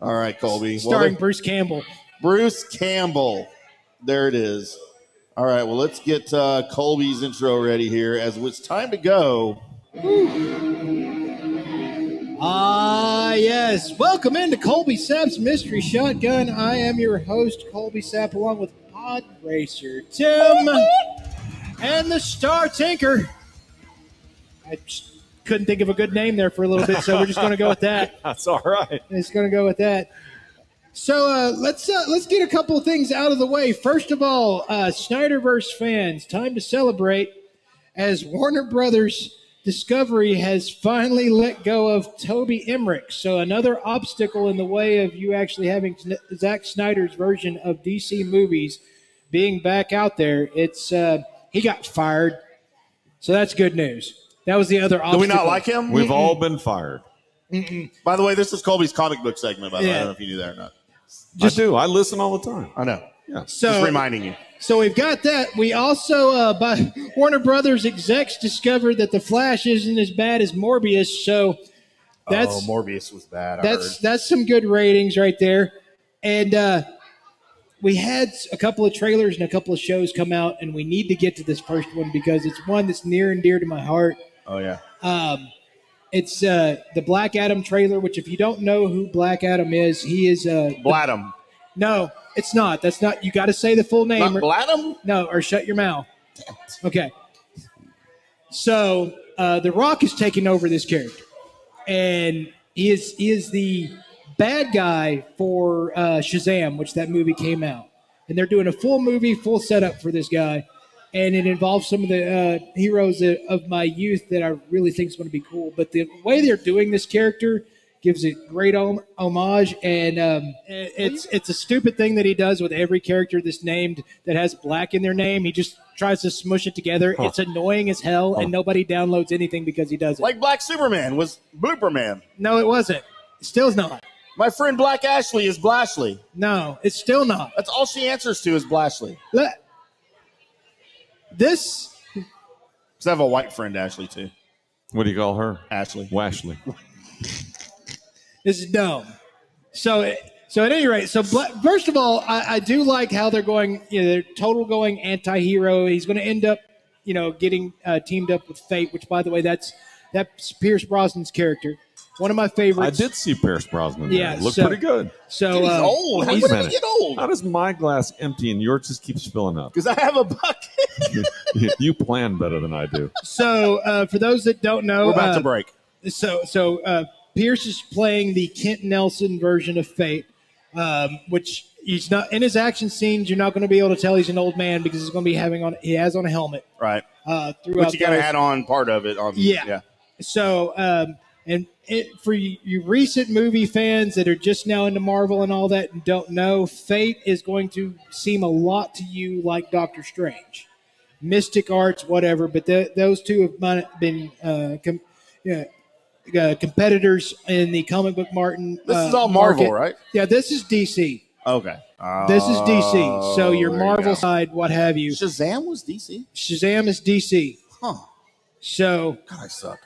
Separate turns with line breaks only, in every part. All right, Colby. Well,
starring
there-
Bruce Campbell.
Bruce Campbell. There it is. All right, well, let's get uh, Colby's intro ready here as it's time to go.
Ah, yes. Welcome into Colby Sapp's Mystery Shotgun. I am your host, Colby Sapp, along with Pod Racer Tim and the Star Tinker. I just couldn't think of a good name there for a little bit, so we're just going to go with that.
That's all right.
It's going to go with that. So uh, let's uh, let's get a couple of things out of the way. First of all, uh, Snyderverse fans, time to celebrate as Warner Brothers Discovery has finally let go of Toby Emmerich. So another obstacle in the way of you actually having Sn- Zack Snyder's version of DC movies being back out there. It's uh, he got fired, so that's good news. That was the other
Do
obstacle.
we not like him?
We've all been fired.
by the way, this is Colby's comic book segment, by the way. I
Yeah.
don't know if you knew that or not.
Just do. I listen all the time.
I know.
So
Just reminding you.
So we've got that. We also, uh, by Warner Brothers execs, discovered that the Flash isn't as bad as Morbius. So that's
oh, Morbius was bad. I
that's
heard.
that's some good ratings right there. And uh, we had a couple of trailers and a couple of shows come out, and we need to get to this first one because it's one that's near and dear to my heart.
Oh, yeah.
Um, it's uh, the Black Adam trailer, which if you don't know who Black Adam is, he is uh,
Bladum.
no, it's not. That's not. You got to say the full name.
Not
or-
Bladum?
no, or shut your mouth. Okay. So uh, The Rock is taking over this character, and he is he is the bad guy for uh, Shazam, which that movie came out, and they're doing a full movie, full setup for this guy, and it involves some of the uh, heroes of- of my youth that I really think is going to be cool. But the way they're doing this character gives it great hom- homage, and um, it- it's it's a stupid thing that he does with every character that's named that has black in their name. He just tries to smush it together. It's annoying as hell, and nobody downloads anything because he does it.
Like Black Superman was Blooperman.
no, it wasn't. Still is not.
My friend Black Ashley is Blashley.
No, it's still not.
That's all she answers to is Blashley.
Le- this
Because I have a white friend, Ashley, too.
What do you call her?
Ashley.
Washley.
This is dumb. So, so at any rate, so Bla- first of all, I, I do like how they're going. You know, they're total going anti-hero. He's going to end up, you know, getting uh, teamed up with Fate, which, by the way, that's that's Pierce Brosnan's character. One of my
I
favorites.
did see Pierce Brosnan. There.
Yeah,
It Looked
so-
pretty good.
So
He's
uh,
old. How
Wait
when
a
did he
minute.
get old?
How does my glass empty and yours just keeps filling up?
Because I have a bucket.
you, you plan better than I do.
So uh, for those that don't know,
We're about
uh,
to break.
so so uh, Pierce is playing the Kent Nelson version of Fate, um, which he's not in his action scenes. You're not going to be able to tell he's an old man because he's going to be having on he has on a helmet
Right.
uh, throughout.
But you got to
those.
add on part of it. On,
Yeah.
yeah.
So um, and it, for you, you recent movie fans that are just now into Marvel and all that and don't know, Fate is going to seem a lot to you like Doctor Strange, Mystic Arts, whatever. But th- those two have mon- been uh, com- yeah, uh, competitors in the comic book Martin.
This
uh,
is all Marvel,
market.
right?
Yeah, this is DC.
Okay. Oh,
This is DC. So your
there you
Marvel
go.
side, what have you?
Shazam was DC.
Shazam is DC.
Huh.
So
God, I suck.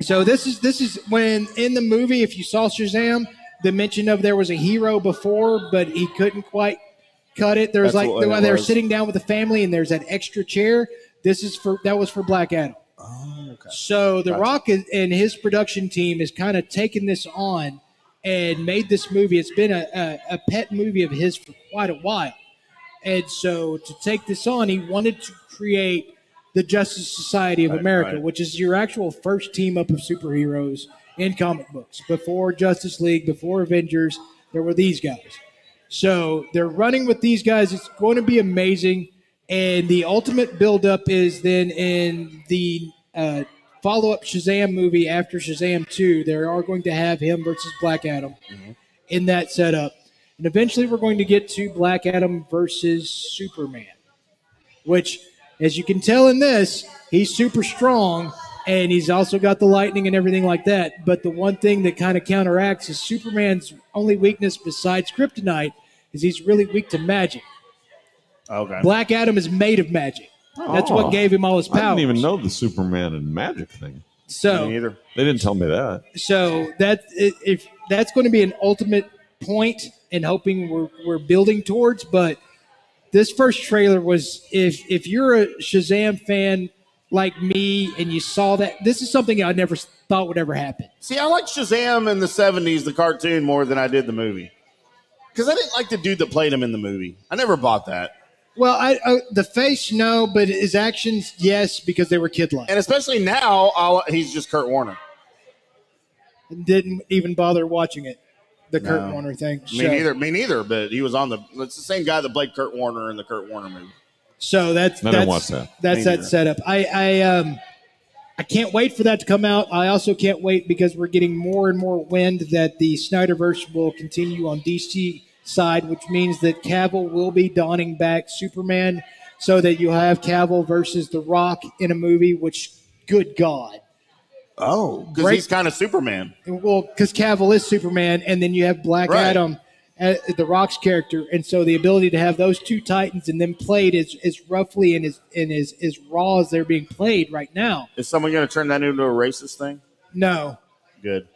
So this is this is when in the movie, if you saw Shazam, the mention of there was a hero before, but he couldn't quite cut it. There was
That's
like
what
the
it
way they were
was.
sitting down with the family, and there's that extra chair. This is for that was for Black Adam.
Oh, okay.
So The
Gotcha.
Rock and, and his production team has kind of taken this on and made this movie. It's been a, a, a pet movie of his for quite a while. And so to take this on, he wanted to create the Justice Society of
Right,
America,
right.
which is your actual first team up of superheroes in comic books. Before Justice League, before Avengers, there were these guys. So they're running with these guys. It's going to be amazing. And the ultimate buildup is then in the uh, follow up Shazam movie after Shazam 2. They are going to have him versus Black Adam in that setup. And eventually we're going to get to Black Adam versus Superman, which, as you can tell in this, he's super strong and he's also got the lightning and everything like that. But the one thing that kind of counteracts is Superman's only weakness besides kryptonite is he's really weak to magic.
Okay.
Black Adam is made of magic. That's
Oh.
what gave him all his
I
power.
didn't even know the Superman and magic thing.
So
Me neither.
They didn't tell me that.
so that i- if that's going to be an ultimate point and hoping we're, we're building towards. But this first trailer was if if you're a Shazam fan like me and you saw that, this is something I never thought would ever happen.
See, I liked Shazam in the 70s, the cartoon, more than I did the movie. Because I didn't like the dude that played him in the movie. I never bought that.
Well, I, I the face no, but his actions yes because they were kid like.
And especially now, I'll, he's just Kurt Warner.
Didn't even bother watching it, the Kurt
No.
Warner thing.
Me
So-
neither. Me neither. But he was on the. It's the same guy that played Kurt Warner in the Kurt Warner movie.
So that's
I didn't
that's
watch that.
that's
Me
that
neither.
setup. I I um I can't wait for that to come out. I also can't wait because we're getting more and more wind that the Snyderverse will continue on DC side, which means that Cavill will be donning back Superman, so that you'll have Cavill versus The Rock in a movie. Which, good God,
Oh, because
great.
he's kind of Superman.
well, because Cavill is Superman, and then you have Black
Right.
Adam, uh, the Rock's character, and so the ability to have those two Titans and then played as as roughly and as and as, as raw as they're being played right now.
Is someone going to turn that into a racist thing?
No,
Good.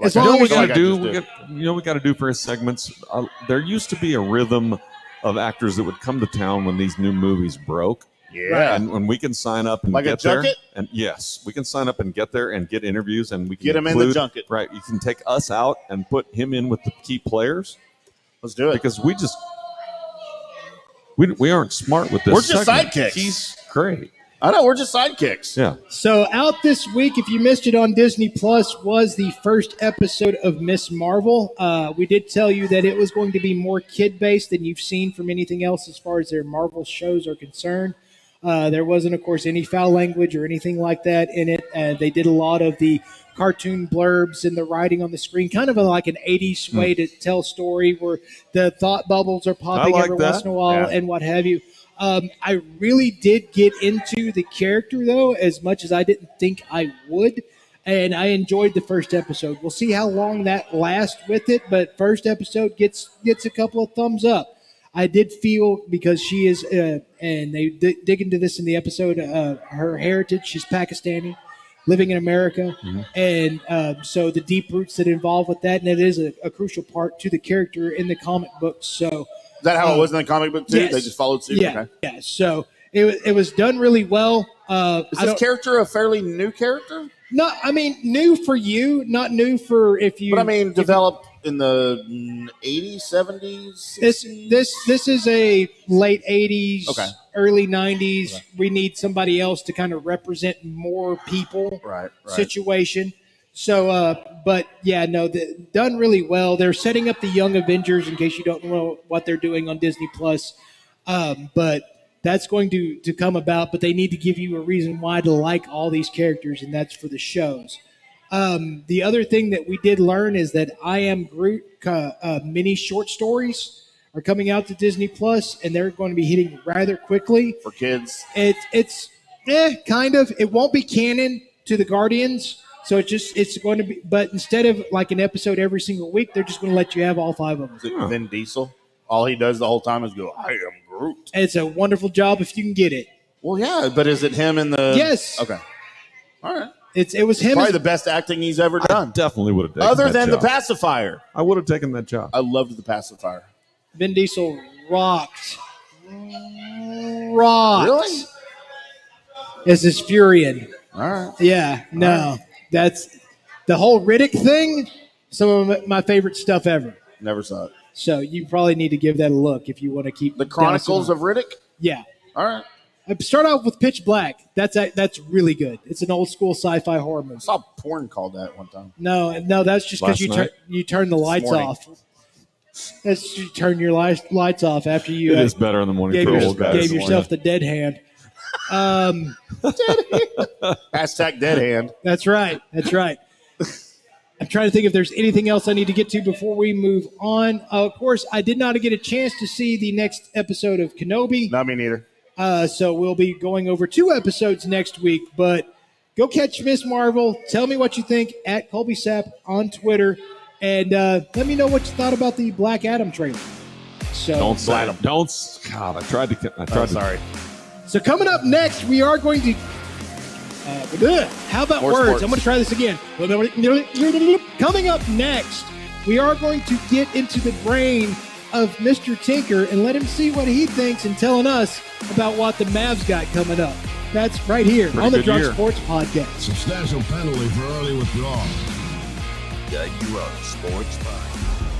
As
You
long
I-
know what we
as
like
gotta
I
do?
just
We
did.
got, you know what we gotta do for his segments? Uh, there used to be a rhythm of actors that would come to town when these new movies broke.
yeah.
And when we can sign up and
Like a
get there,
junket?
and yes, we can sign up and get there and get interviews, and we can
Get him in the
include-
junket.
Right, you can take us out and put him in with the key players
Let's do it.
because we just we, we aren't smart with this.
We're just
segment.
sidekicks.
He's great.
I know we're just sidekicks.
Yeah,
So out this week, if you missed it on Disney Plus, was the first episode of Miss Marvel. Uh, we did tell you that it was going to be more kid based than you've seen from anything else as far as their Marvel shows are concerned. Uh, there wasn't, of course, any foul language or anything like that in it. Uh, they did a lot of the cartoon blurbs and the writing on the screen, kind of like an 80s way
Hmm.
to tell story where the thought bubbles are popping
like
every
that.
once in a while
Yeah.
and what have you. Um, I really did get into the character though, as much as I didn't think I would, and I enjoyed the first episode. We'll see how long that lasts with it, but first episode gets gets a couple of thumbs up. I did feel because she is, uh, and they d- dig into this in the episode. Uh, her heritage, she's Pakistani, living in America, and um, so the deep roots that involve with that, and it is a, a crucial part to the character in the comic books. So.
Is that how
Um,
it was in the comic book too?
yes.
They just followed suit.
Yeah,
Okay.
yeah. So it, wa- it was done really well. Uh,
Is
I
this
don't,
character a fairly new character?
not, I mean, new for you, not new for if you.
But I mean,
if-
developed in the mm, 80s, 70s.
this this this is a late '80s,
Okay.
early '90s. We need somebody else to kind of represent more people
Right, right.
situation. So, uh, but yeah, no, the, done really well. They're setting up the Young Avengers in case you don't know what they're doing on Disney Plus. Um, but that's going to to come about. But they need to give you a reason why to like all these characters, and that's for the shows. Um, the other thing that we did learn is that I Am Groot uh, uh, mini short stories are coming out to Disney Plus, and they're going to be hitting rather quickly.
for kids.
It's it's eh, kind of. It won't be canon to the Guardians, so it's just it's going to be. But instead of like an episode every single week, they're just going to let you have all five of them.
Is it Vin Diesel? All he does the whole time is go, I am Groot.
It's a wonderful job if you can get it.
Well, yeah, but is it him in the.
Yes.
Okay. All right.
It's it was him.
Probably
as-
the best acting he's ever
I
done.
definitely would have taken
Other
that
than the
job.
pacifier.
I would have taken that job.
I loved the pacifier.
Vin Diesel rocked. Rocked.
Really?
As this Furion.
All right.
Yeah, no. That's the whole Riddick thing, some of my favorite stuff ever.
Never saw it.
So you probably need to give that a look if you want to keep
The Chronicles
down
of Riddick?
some- Yeah.
All right.
I start off with Pitch Black. That's a, that's really good. It's an old school sci-fi horror movie.
I saw porn called that one time.
No, no, that's just because
Last
you turn
night?
you turn the lights
morning.
off. That's just you turn your lights lights off after you
it
uh,
is better in the morning
gave,
for
your-
old guys.
gave yourself the dead hand. Um,
Hashtag dead hand.
that's right. That's right. I'm trying to think if there's anything else I need to get to before we move on. Uh, of course, I did not get a chance to see the next episode of Kenobi.
Not me neither.
Uh, so we'll be going over two episodes next week, but go catch Miss Marvel. Tell me what you think at Colby Sapp on Twitter, and uh, let me know what you thought about the Black Adam trailer. So,
Don't say it. Don't. s- God, I tried to. I tried
Oh,
to
sorry.
so coming up next, we are going to. Uh, but, ugh, how about
More
words?
sports.
I'm going to try this again. Coming up next, we are going to get into the brain of Mr. Tinker and let him see what he thinks and telling us about what the Mavs got coming up. That's right here
Pretty
on the
good
Drunk
year.
Sports Podcast.
Substantial penalty for early withdrawal.
The Drug Sports Podcast.